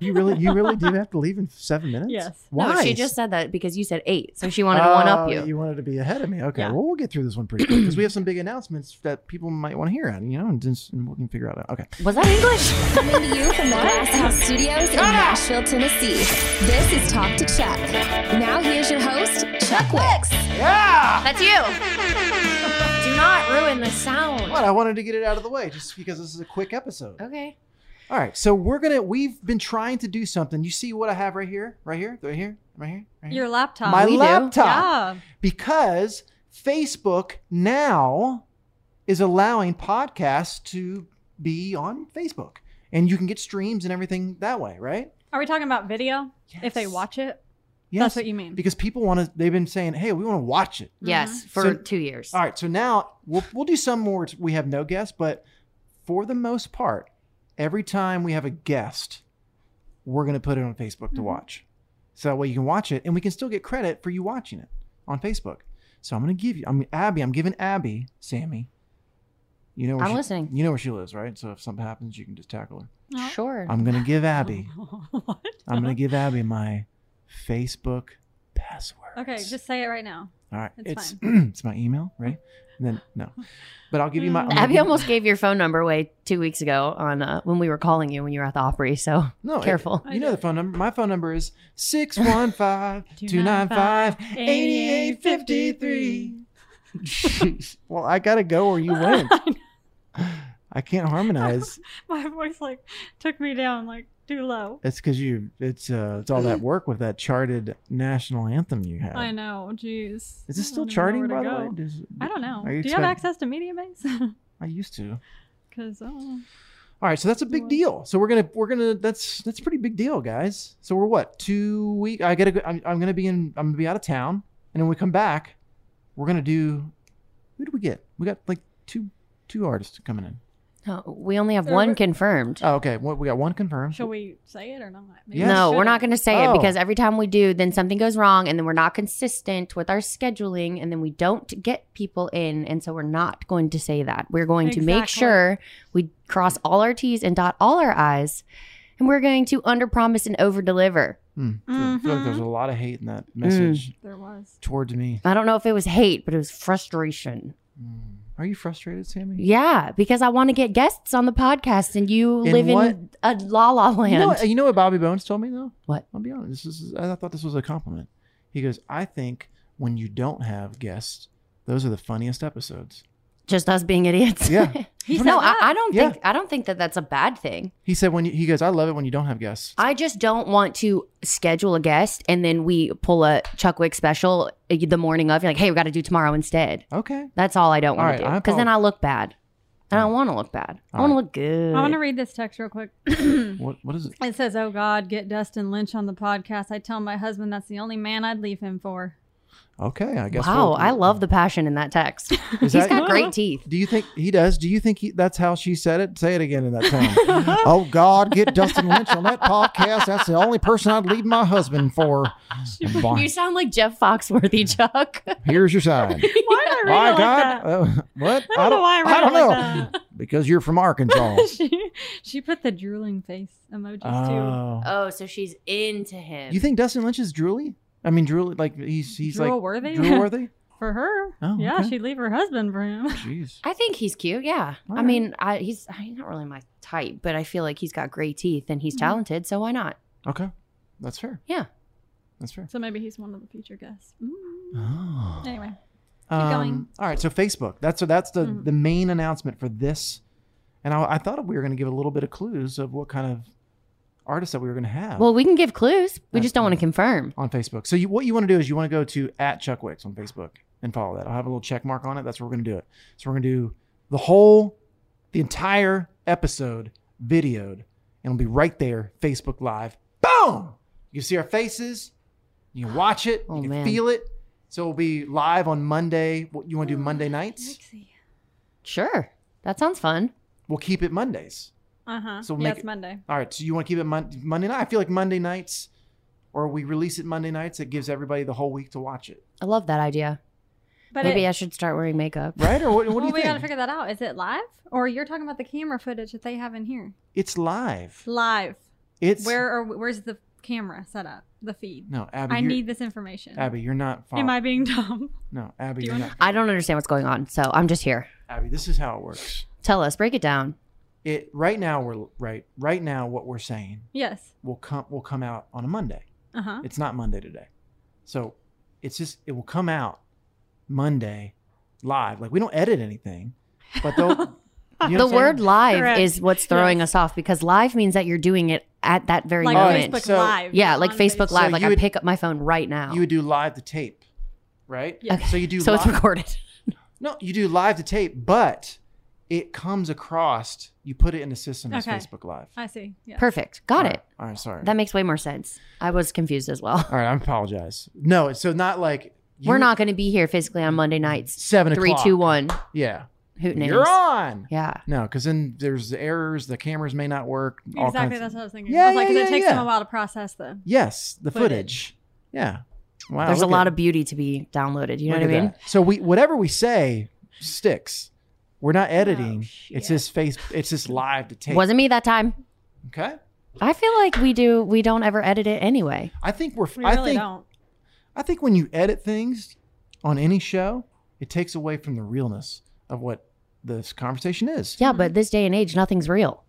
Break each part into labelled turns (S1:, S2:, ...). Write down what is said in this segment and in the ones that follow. S1: You really, you really do have to leave in seven minutes.
S2: Yes.
S1: Why?
S2: No, she just said that because you said eight, so she wanted to one up
S1: Oh,
S2: you.
S1: You wanted to be ahead of me. Okay.
S2: Yeah.
S1: Well, we'll get through this one pretty quick because we have some big announcements that people might want to hear. And you know, and just and we can figure out. uh, Okay.
S2: Was that English?
S3: Coming to you from the Glass House Studios
S2: Ah!
S3: in Nashville, Tennessee. This is Talk to Chuck. Now here's your host, Chuck Wicks.
S2: That's you. Do not ruin the sound.
S1: But I wanted to get it out of the way just because this is a quick episode.
S2: Okay.
S1: All right. So we're gonna. We've been trying to do something. You see what I have right here, right here, right here, right here, right here.
S2: Your laptop.
S1: My
S2: We do.
S1: laptop.
S2: Yeah.
S1: because Facebook now is allowing podcasts to be on Facebook, and you can get streams and everything that way, right?
S4: Are we talking about video? If they
S1: Yes.
S4: watch it?
S1: Yes,
S4: That's what you mean.
S1: Because people want to. They've been saying, "Hey, we want to watch it."
S2: Yes, for
S1: So-
S2: two years.
S1: All right. So now we'll we'll do some more. We have no guest, but for the most part, every time we have a guest, we're gonna put it on Facebook
S2: Mm-hmm.
S1: to watch. So that way you can watch it, and we can still get credit for you watching it on Facebook. So I'm gonna give you. I'm Abby. I'm giving Abby, Sammy. You know. Where
S2: I'm
S1: she,
S2: listening.
S1: You know where she lives, right? So if something happens, you can just tackle her.
S4: No.
S2: Sure.
S1: I'm gonna give Abby.
S4: what?
S1: I'm gonna give Abby my Facebook password.
S4: Okay, just say it right now.
S1: All right. It's
S4: It's
S1: it's, my email, right? And then no, but I'll give you my. I'm gonna
S2: Mm, Abby
S1: give-
S2: almost gave your phone number away two weeks ago on uh, when we were calling you when you were at the Opry. So
S1: no, it-
S2: careful.
S1: you know the phone number. My phone number is 615-295-8853. well, I gotta go or you went. I can't harmonize.
S4: My voice like took me down like too low.
S1: It's because you. It's uh. It's all that work with that charted national anthem you had.
S4: I know. Jeez.
S1: Is this
S4: I
S1: still
S4: don't even know where to
S1: charting by the way?
S4: go.
S1: Does-
S4: I don't know.
S1: Are
S4: Do
S1: you
S4: you have
S1: expect-
S4: access to uh, media base?
S1: I used to.
S4: Because
S1: All right, so that's a big
S4: Right.
S1: deal. So we're gonna we're gonna that's that's a pretty big deal, guys. So we're what two week? I gotta go. I'm, I'm gonna be in. I'm gonna be out of town, and when we come back, we're gonna do. Who do we get? We got like two two artists coming in.
S2: No, we only have one confirmed.
S1: Oh, okay. Well, we got one confirmed.
S4: shall we say it or not?
S1: Yes.
S2: No, we're not going to say
S1: Oh.
S2: it because every time we do, then something goes wrong, and then we're not consistent with our scheduling, and then we don't get people in, and so we're not going to say that. We're going to make
S4: Exactly.
S2: sure we cross all our T's and dot all our I's, and we're going to under promise and over deliver.
S1: Hmm. I feel like there's a lot of hate in that message
S4: Mm-hmm. There was.
S1: towards me.
S2: I don't know if it was hate, but it was frustration.
S1: Hmm. Are you frustrated, Sammy?
S2: Yeah, because I want to get guests on the podcast, and you
S1: In
S2: live
S1: what-
S2: in a la la
S1: You know,
S2: land.
S1: what- you know what Bobby Bones told me though?
S2: What?
S1: I'll be honest. This is I thought this was a compliment. He goes, I think when you don't have guests, those are the funniest episodes.
S2: just us being idiots.
S1: Yeah. He
S2: no,
S1: said
S2: I,
S1: that.
S2: I don't
S1: Yeah.
S2: think I don't think that that's a bad thing.
S1: He said when you, he goes, I love it when you don't have guests.
S2: I just don't want to schedule a guest and then we pull a Chuckwick special uh, the morning of. You're like, hey, we got to do tomorrow instead.
S1: Okay.
S2: That's all I don't
S1: All
S2: want
S1: right,
S2: to do
S1: I
S2: because then
S1: apol-
S2: I look bad. I don't want to look bad. I
S1: All
S2: want
S1: right.
S2: to look good.
S4: I want to read this text real quick.
S1: What what is it?
S4: It says, "Oh God, get Dustin Lynch on the podcast." I tell my husband that's the only man I'd leave him for.
S1: Okay, I guess.
S2: Wow,
S1: we'll-
S2: I love the passion in that text. He's
S1: that-
S2: got great teeth.
S1: Do you think he does? Do you think he, that's how she said it? Say it again in that tone. oh God, get Dustin Lynch on that podcast. That's the only person I'd leave my husband for. Bon-
S2: You sound like Jeff Foxworthy, Chuck.
S1: Here's your
S4: Why
S1: sign.
S4: did I read
S1: My
S4: it like
S1: God,
S4: that?
S1: Uh, what?
S4: I don't know why I read
S1: I don't
S4: it like
S1: know. Because you're from Arkansas.
S4: she, she put the drooling face emojis
S1: Oh.
S4: too.
S2: Oh, so she's into him.
S1: you think Dustin Lynch is drooly? I mean, drooly like he's he's
S4: drool
S1: like
S4: worthy.
S1: drool worthy.
S4: for her.
S1: Oh,
S4: yeah,
S1: okay.
S4: she'd leave her husband for him.
S1: Jeez.
S2: I think he's cute. Yeah. I
S1: Alright.
S2: mean, I, he's he's not really my type, but I feel like he's got great teeth and he's
S4: Mhm.
S2: talented. So why not?
S1: Okay, that's fair.
S2: Yeah.
S1: That's fair.
S4: So maybe he's one of the future guests. Mm.
S1: Oh.
S4: Anyway,
S1: um,
S4: going.
S1: All right, so Facebook. That's so that's the the main announcement for this. And I, I thought we were going to give a little bit of clues of what kind of artists that we were going to have
S2: Well, we can give clues. We just don't want to confirm.
S1: on Facebook. So you, what you want to do is you want to go to at Chuck Wicks on Facebook and follow that. I'll have a little check mark on it. That's where we're going to do it. So we're going to do the whole, the entire episode videoed, and it'll be right there, Facebook Live. Boom! You can see our faces. You can watch it.
S2: Oh,
S1: you can
S2: man.
S1: feel it. So it'll be live on Monday. What you want to do Monday nights?
S2: Sure. That sounds fun.
S1: We'll keep it Mondays.
S4: Uh huh.
S1: So
S4: So
S1: we'll
S4: yeah,
S1: make
S4: it's
S1: it-
S4: Monday.
S1: All right. So you want to keep it Mon- Monday night? I feel like Monday nights, or we release it Monday nights. It gives everybody the whole week to watch it,
S2: I love that idea.
S4: But
S2: Maybe
S4: it,
S2: I should start wearing makeup.
S1: right? Or what, what do
S4: well,
S1: you
S4: we
S1: think?
S4: gotta figure that out. Is it live, or you're talking about the camera footage that they have in here?
S1: it's live.
S4: Live.
S1: It's
S4: Where are we- where's the camera set up? The feed.
S1: No, Abby.
S4: I
S1: you're-
S4: need this information.
S1: Abby. You're not. Follow-
S4: Am I being dumb?
S1: No, Abby.
S4: Do you
S1: You're not.
S4: wanna-
S2: I don't understand what's going on. So I'm just here.
S1: Abby. This is how it works.
S2: Tell us, break it down.
S1: It right now we're right right now what we're saying
S4: Yes.
S1: will come will come out on a Monday.
S4: Uh huh.
S1: It's not Monday today, so it's just it will come out Monday live. Like we don't edit anything, but though you know what
S2: the
S1: I'm saying?
S2: word live
S4: Correct.
S2: is what's throwing
S4: Yes.
S2: us off because live means that you're doing it at that very
S4: Like
S1: Alright,
S2: moment.
S4: Facebook
S1: so-
S4: Live.
S2: yeah, like
S4: on
S2: Facebook
S1: So
S2: Live. like
S1: you
S2: I
S1: would-
S2: pick up my phone right now.
S1: you would do live to tape, right?
S4: Yeah. Okay,
S1: So you do
S2: so it's
S1: live-
S2: recorded.
S1: No, you do live to tape, but it comes across. You put it in the system as
S4: Okay.
S1: Facebook Live.
S4: I see. Yeah.
S2: Perfect. Got it.
S1: All right, sorry.
S2: That makes way more sense. I was confused as well.
S1: All right, I apologize. No, so not like you-
S2: We're not going to be here physically on Monday nights.
S1: seven
S2: Three,
S1: o'clock.
S2: two, one.
S1: Yeah,
S2: Hoot names.
S1: you're on.
S2: Yeah.
S1: No, because then there's errors. The cameras may not work. all kinds
S4: Exactly.
S1: of-
S4: That's what I was thinking.
S1: Yeah,
S4: I was like,
S1: yeah,
S4: 'cause
S1: yeah,
S4: it takes
S1: yeah.
S4: them a while to process the
S1: yes, the footage.
S4: Footage.
S1: Yeah. Wow.
S2: There's a
S1: look
S2: lot
S1: at-
S2: of beauty to be downloaded. You know
S1: look
S2: what I
S1: at
S2: mean?
S1: that. So we whatever we say sticks. We're not editing.
S4: shit.
S1: it's just face. It's just live to tape.
S2: Oh, Wasn't me that time.
S1: okay.
S2: I feel like we do. We don't ever edit it anyway.
S1: I think we're.
S4: We
S1: I
S4: really
S1: think.
S4: don't.
S1: I think when you edit things on any show, it takes away from the realness of what this conversation is.
S2: Yeah, but this day and age, nothing's real.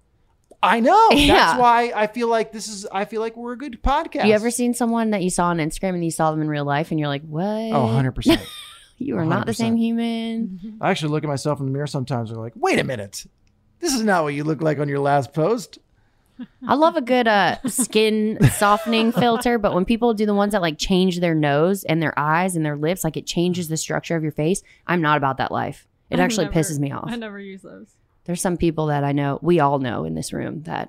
S1: I know.
S2: Yeah.
S1: That's why I feel like this is. I feel like we're a good podcast.
S2: You ever seen someone that you saw on Instagram and you saw them in real life and you're like, what?
S1: Oh, 100 percent.
S2: You are not the
S1: 100%.
S2: same human.
S1: I actually look at myself in the mirror sometimes and I'm like, wait a minute, this is not what you look like on your last post.
S2: I love a good uh, skin softening filter, but when people do the ones that like change their nose and their eyes and their lips, like it changes the structure of your face, I'm not about that life. It
S4: I
S2: actually
S4: never-
S2: pisses me off.
S4: I never use those.
S2: There's some people that I know, we all know in this room that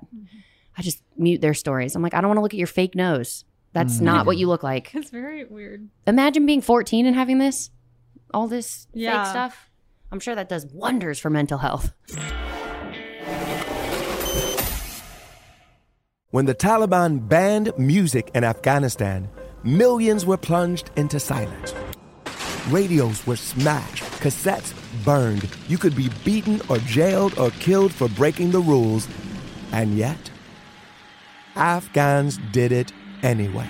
S2: I just mute their stories. I'm like, I don't want to look at your fake nose. That's
S1: Mm,
S2: not what you look like.
S4: It's very weird.
S2: Imagine being 14 and having this, all this
S4: Yeah.
S2: fake stuff. I'm sure that does wonders for mental health.
S5: When the Taliban banned music in Afghanistan, millions were plunged into silence. Radios were smashed, cassettes burned. You could be beaten or jailed or killed for breaking the rules. And yet, Afghans did it anyway.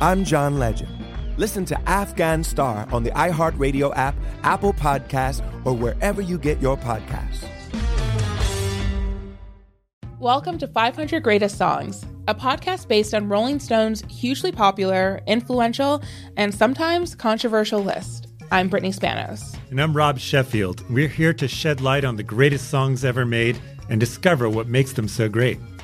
S5: I'm John Legend. Listen to Afghan Star on the iHeartRadio app, Apple Podcasts, or wherever you get your podcasts.
S6: Welcome to 500 Greatest Songs, a podcast based on Rolling Stone's hugely popular, influential, and sometimes controversial list. I'm Brittany Spanos.
S7: And I'm Rob Sheffield. We're here to shed light on the greatest songs ever made and discover what makes them so great.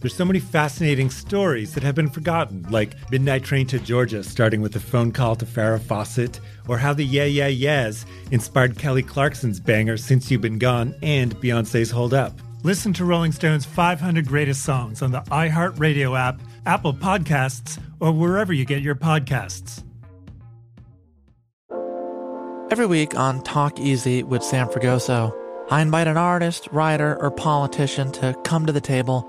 S7: There's so many fascinating stories that have been forgotten, like Midnight Train to Georgia starting with a phone call to Farrah Fawcett, or how the Yeah Yeah Yeahs inspired Kelly Clarkson's banger Since You've Been Gone and Beyonce's Hold Up. Listen to Rolling Stone's 500 Greatest Songs on the iHeartRadio app, Apple Podcasts, or wherever you get your podcasts.
S8: Every week on Talk Easy with Sam Fragoso, I invite an artist, writer, or politician to come to the table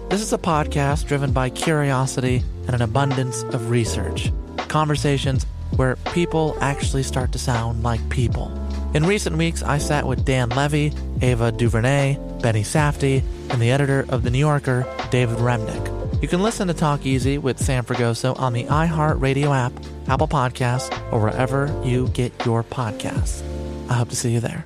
S8: this is a podcast driven by curiosity and an abundance of research. Conversations where people actually start to sound like people. In recent weeks, I sat with Dan Levy, Ava DuVernay, Benny Safdie, and the editor of The New Yorker, David Remnick. You can listen to Talk Easy with Sam Fragoso on the iHeartRadio app, Apple Podcasts, or wherever you get your podcasts. I hope to see you there.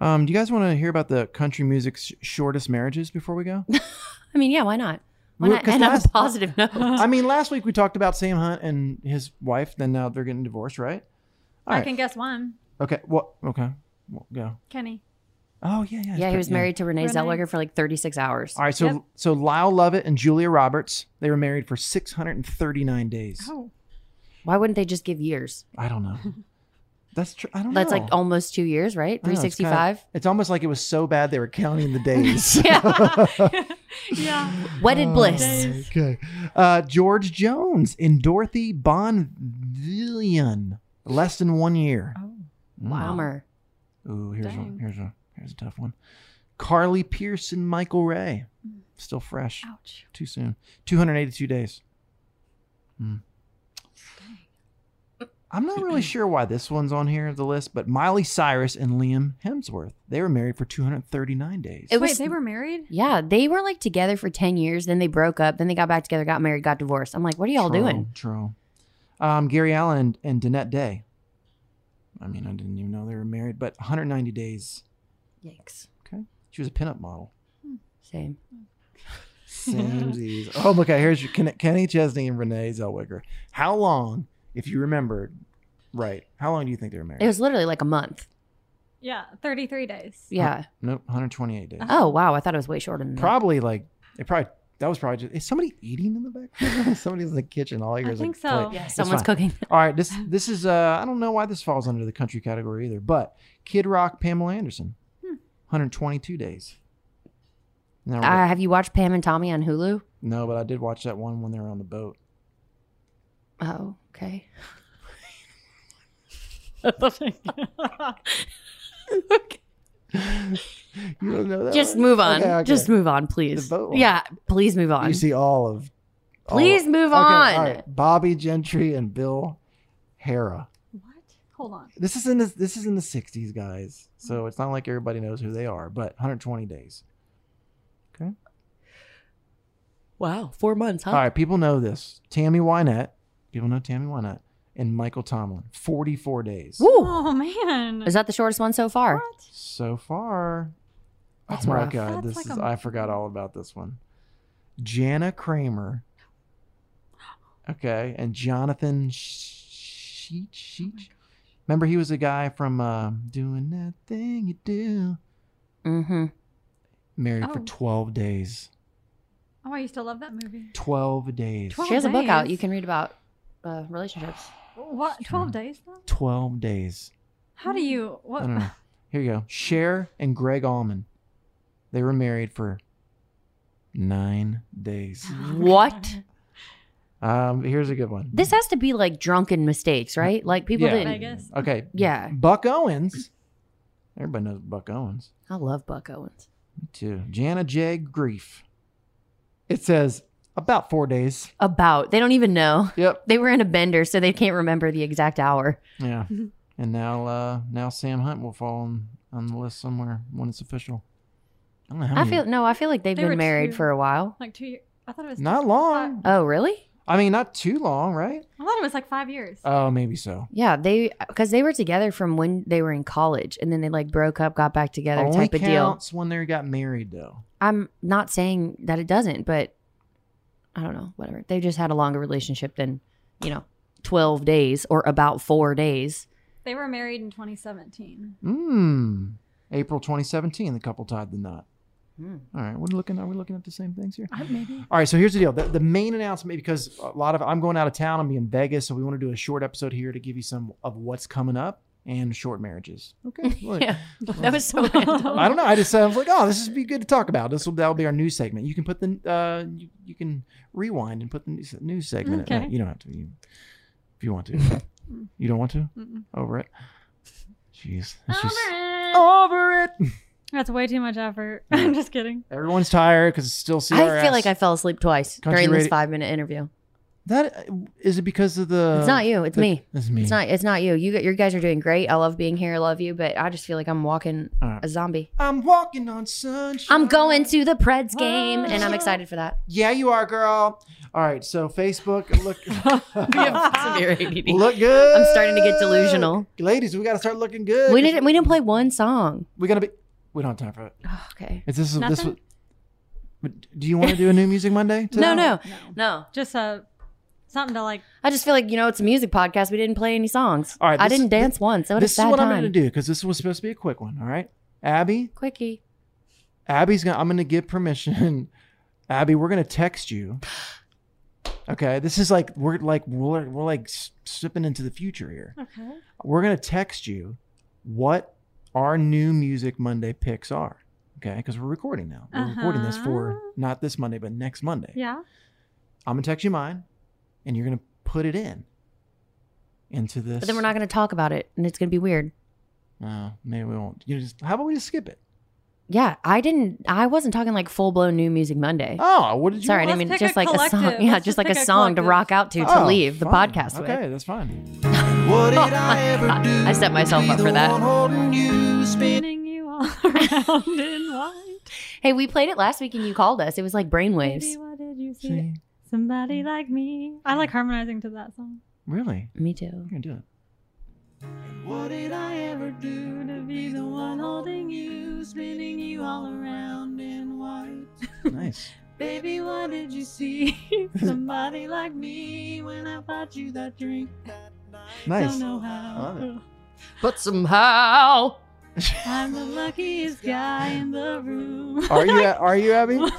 S1: Um, do you guys want to hear about the country music's shortest marriages before we go?
S2: I mean, yeah, why not? Why
S1: Well,
S2: not
S1: 'cause
S2: end on a
S1: last-
S2: positive note?
S1: I mean, last week we talked about Sam Hunt and his wife. Then now they're getting divorced, right? All
S4: I
S1: right.
S4: can guess one.
S1: Okay. Well, okay. Well, go.
S4: Kenny.
S1: Oh yeah, yeah.
S2: yeah, he was
S1: yeah.
S2: married to Renee,
S4: Renee.
S2: Zellweger for like 36 hours.
S1: All right. So
S2: Yep.
S1: so Lyle Lovett and Julia Roberts they were married for 639 days.
S4: Oh.
S2: why wouldn't they just give years?
S1: I don't know. That's true. I don't
S2: That's
S1: know.
S2: like almost two years, right?
S1: I don't know, it's kinda-
S2: 365.
S1: it's almost like it was so bad they were counting the days.
S4: Yeah.
S2: Wedded
S1: Oh,
S2: bliss.
S1: Okay. Uh, George Jones and Dorothy Bonvillian. Less than one year.
S2: Oh.
S1: Mm.
S2: Bummer.
S1: Ooh, here's one. Here's a here's a tough one. Carly Pierce and Michael Ray.
S2: Mm.
S1: Still fresh.
S4: Ouch.
S1: Too soon. 282 days. Hmm. I'm not really sure why this one's on here of the list, but Miley Cyrus and Liam Hemsworth. They were married for 239 days.
S2: It
S4: Wait,
S2: was-
S4: they were married?
S2: Yeah, they were like together for 10 years, then they broke up, then they got back together, got married, got divorced. I'm like, what are y'all
S1: True,
S2: doing?
S1: True. Um, Gary Allen and, and Danette Day. I mean, I didn't even know they were married, but 190 days.
S2: Yikes. Hmm.
S1: Okay. She was a pinup model.
S2: Same.
S1: Same disease. Oh, look, out, here's your Ken- Kenny Chesney and Renee Zellweger. How long, if you remembered, right? How long do you think they were married?
S2: It was literally like a month.
S4: Yeah, 33 days.
S2: Yeah.
S1: Nope, 128 days.
S2: Oh, wow. I thought it was way shorter than that.
S1: Probably like It probably that was probably just is somebody eating in the background? Somebody's in the kitchen. All I hear is
S4: think
S1: like,
S4: so.
S1: plate.
S4: Yeah,
S1: It's
S4: someone's
S1: fine.
S4: cooking.
S1: All right, this this is uh I don't know why this falls under the country category either, but Kid Rock, Pamela Anderson,
S4: Hmm.
S1: 122 days. Now we're-
S2: Uh, have you watched Pam and Tommy on Hulu?
S1: no, but I did watch that one when they were on the boat.
S2: Oh, okay.
S1: You don't know Oh, that.
S2: Just
S1: one?
S2: move on.
S1: Okay, okay.
S2: Just move on, please. Yeah, please move on.
S1: You see all of. all-
S2: Please move
S1: Okay, all
S2: on.
S1: right. Bobby Gentry and Bill Hara.
S4: Hold on.
S1: This is in the this is in the '60s, guys. So it's not like everybody knows who they are. But 120 days.
S2: Wow, four months, huh?
S1: All right, people know this. Tammy Wynette. People know Tammy Wynette and Michael Tomlin. 44 days.
S2: Woo!
S4: Oh man.
S2: Is that the shortest one so far?
S1: So far.
S2: That's
S1: oh my
S2: rough.
S1: god,
S2: That's
S1: this
S2: like
S1: is
S2: a-
S1: I forgot all about this one. Jana Kramer. Okay, and Jonathan
S2: Oh
S1: Sheech. Sheech. Remember he was a guy from uh, doing that thing you do.
S2: Mm-hmm.
S1: Married for
S4: Oh.
S1: 12 days.
S4: Oh, I used to love that movie.
S1: 12 days.
S2: She has a book out.
S4: days.
S2: You can read about uh, relationships.
S4: What? Twelve days though?
S1: 12 days.
S4: How do you? What?
S1: I don't know. Here you go. Cher and Greg Allman. They were married for nine days.
S2: What?
S1: Um, here's a good one.
S2: This has to be like drunken mistakes, right? Like people
S1: Yeah.
S2: didn't.
S1: Okay.
S2: Yeah.
S1: Buck Owens. Everybody knows Buck Owens.
S2: I love Buck Owens.
S1: Me too. Jana J. Grief. It says about four days.
S2: About. They don't even know.
S1: Yep.
S2: They were in a bender, so they can't remember the exact hour.
S1: Yeah. and now uh now Sam Hunt will fall on, on the list somewhere when it's official. I don't know how
S2: I
S1: many-
S2: feel no. I feel like they've
S4: They were
S2: been married
S4: two-
S2: for a while.
S4: Like two years. I thought it was.
S1: not long.
S2: Oh, really?
S1: I mean not too long, right?
S4: I thought it was like five years.
S1: Oh, maybe so.
S2: Yeah, they because they were together from when they were in college, and then they like broke up, got back together,
S1: Only
S2: type of deal.
S1: counts when they got married though.
S2: I'm not saying that it doesn't, but I don't know. Whatever. They just had a longer relationship than you know, twelve days or about four days.
S4: They were married in 2017.
S1: Mm. April 2017, the couple tied the knot.
S4: Hmm.
S1: All right, we're looking. Are we looking at the same things here?
S4: Maybe.
S1: All right, so here's the deal. The, the main announcement, because a lot of I'm going out of town. I'm in Vegas, so we want to do a short episode here to give you some of what's coming up and short marriages. Okay. well,
S2: yeah, that was so random.
S1: I don't know. I just I was like, oh, this would be good to talk about. This will that'll be our news segment. You can put the uh, you, you can rewind and put the news, news segment. in.
S4: Okay.
S1: you don't have to. You, if you want to, you don't want to.
S4: Mm-mm.
S1: Over it. Jeez. It's just-
S4: Over it. That's way too much effort.
S1: Hmm.
S4: I'm just kidding.
S1: Everyone's tired because it's still CRS.
S2: I feel like I fell asleep twice
S1: Country
S2: during this
S1: radi-
S2: five minute interview.
S1: That uh, is it because of the.
S2: It's not you. It's
S1: the-
S2: me.
S1: It's me.
S2: It's not. It's not you. You. You guys are doing great. I love being here. I love you. But I just feel like I'm walking
S1: All right.
S2: a zombie.
S1: I'm walking on sunshine.
S2: I'm going to the Preds game, and I'm excited for that.
S1: Yeah, you are, girl. All right, so Facebook, look,
S2: We have severe ADD.
S1: look good.
S2: I'm starting to get delusional.
S1: Ladies, we got to start looking good.
S2: We didn't. We didn't play one song.
S1: We're gonna be. We don't have time for it.
S2: Oh, Okay.
S1: Is this this?
S4: Nothing?
S1: but Do you want to do a new music Monday?
S2: No,
S1: today?
S2: no, no.
S4: Just uh, something to like.
S2: I just feel like you know it's a music podcast. We didn't play any songs.
S1: All right,
S2: I
S1: this-
S2: didn't dance once. That was
S1: This
S2: a
S1: is
S2: sad
S1: what
S2: time.
S1: I'm gonna do because this was supposed to be a quick one. All right, Abby.
S2: Quickie.
S1: Abby's gonna. I'm gonna give permission. Abby, we're gonna text you. Okay, this is like we're like we're, we're like s- sipping into the future here.
S2: Hmm.
S4: Okay.
S1: We're gonna text you what our new Music Monday picks are. Okay, because we're recording now. We're recording this for
S2: Uh-huh.
S1: not this Monday, but next Monday.
S4: Yeah.
S1: I'm gonna text you mine, and you're gonna put it in into this.
S2: But then we're not going to talk about it, and it's going to be weird.
S1: Uh, maybe we won't. You just. How about we just skip it?
S2: Yeah, I didn't. I wasn't talking like full blown new music Monday.
S1: Oh, what did you?
S2: Sorry, I didn't
S1: want?
S2: mean
S4: pick
S2: just
S4: a
S2: like a
S4: collective.
S2: song. Yeah, just
S4: Let's just
S2: like a
S4: pick a
S2: song to
S4: collective.
S2: rock out to to
S1: Oh,
S2: leave the
S1: fine.
S2: podcast with.
S1: Okay, that's fine.
S2: What did I ever do? I set myself up for that.
S4: Spinning you all around in white.
S2: Hey, we played it last week and you called us. It was like brainwaves.
S4: Baby, why did you see,
S9: Hmm.
S4: somebody like me? I like harmonizing to that song.
S1: Really?
S2: Me too.
S1: You're gonna do it.
S4: What did I ever do to be the one holding you, spinning you all around in white?
S1: Nice.
S4: Baby, why did you see somebody like me when I bought you that drink?
S1: Nice.
S4: Don't know
S1: I love it.
S4: how.
S2: But somehow.
S4: I'm the luckiest guy in the room.
S1: Are you? Are you Abby? Oh,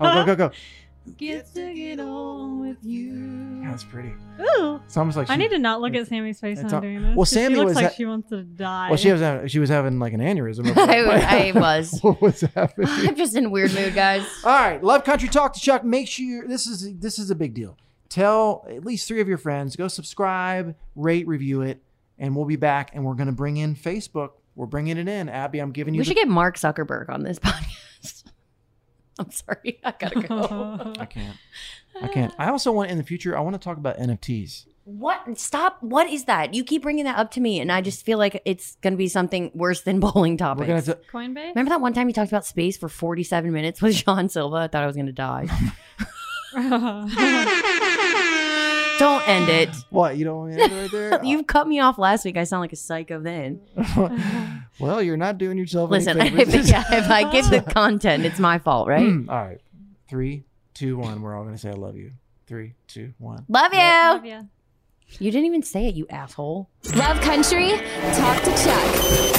S1: go, go, go.
S4: Get to get on with you.
S1: Yeah, that's pretty.
S9: Ooh.
S1: It's almost like
S9: I
S1: she-
S9: need to not look at Sammy's face
S1: it's
S9: when
S1: all-
S9: I'm doing this.
S1: Well,
S9: 'cause
S1: Sammy
S9: she looks
S1: was
S9: like
S1: ha-
S9: she wants to die.
S1: Well, she was having, she was having like an aneurysm. over there.
S2: I, I was.
S1: what was happening?
S2: I'm just in a weird mood, guys.
S1: All right, Love Country Talk to Chuck. Make sure you're, this is this is a big deal. Tell at least three of your friends. Go subscribe, rate, review it, and we'll be back. And we're gonna bring in Facebook. We're bringing it in, Abby. I'm giving you.
S2: We
S1: the-
S2: should get Mark Zuckerberg on this podcast. I'm sorry, I gotta go.
S1: I can't. I can't. I also want in the future. I want to talk about NFTs.
S2: What? Stop! What is that? You keep bringing that up to me, and I just feel like it's gonna be something worse than bowling
S1: We're
S2: topics.
S1: gonna. t-
S9: Coinbase?
S2: Remember that one time you talked about space for 47 minutes with Sean Silva? I thought I was gonna die. don't end it.
S1: What you don't want me to end it right there?
S2: you cut me off last week. I sound like a psycho then.
S1: well, you're not doing yourself. any
S2: Listen, if,
S1: favors.
S2: yeah, if I give the content, it's my fault, right?
S1: Mm, all right. Three, two, one. We're all gonna say I love you. Three, two, one.
S2: Love you.
S3: Love ya.
S2: You didn't even say it, you asshole.
S3: Love Country, talk to Chuck.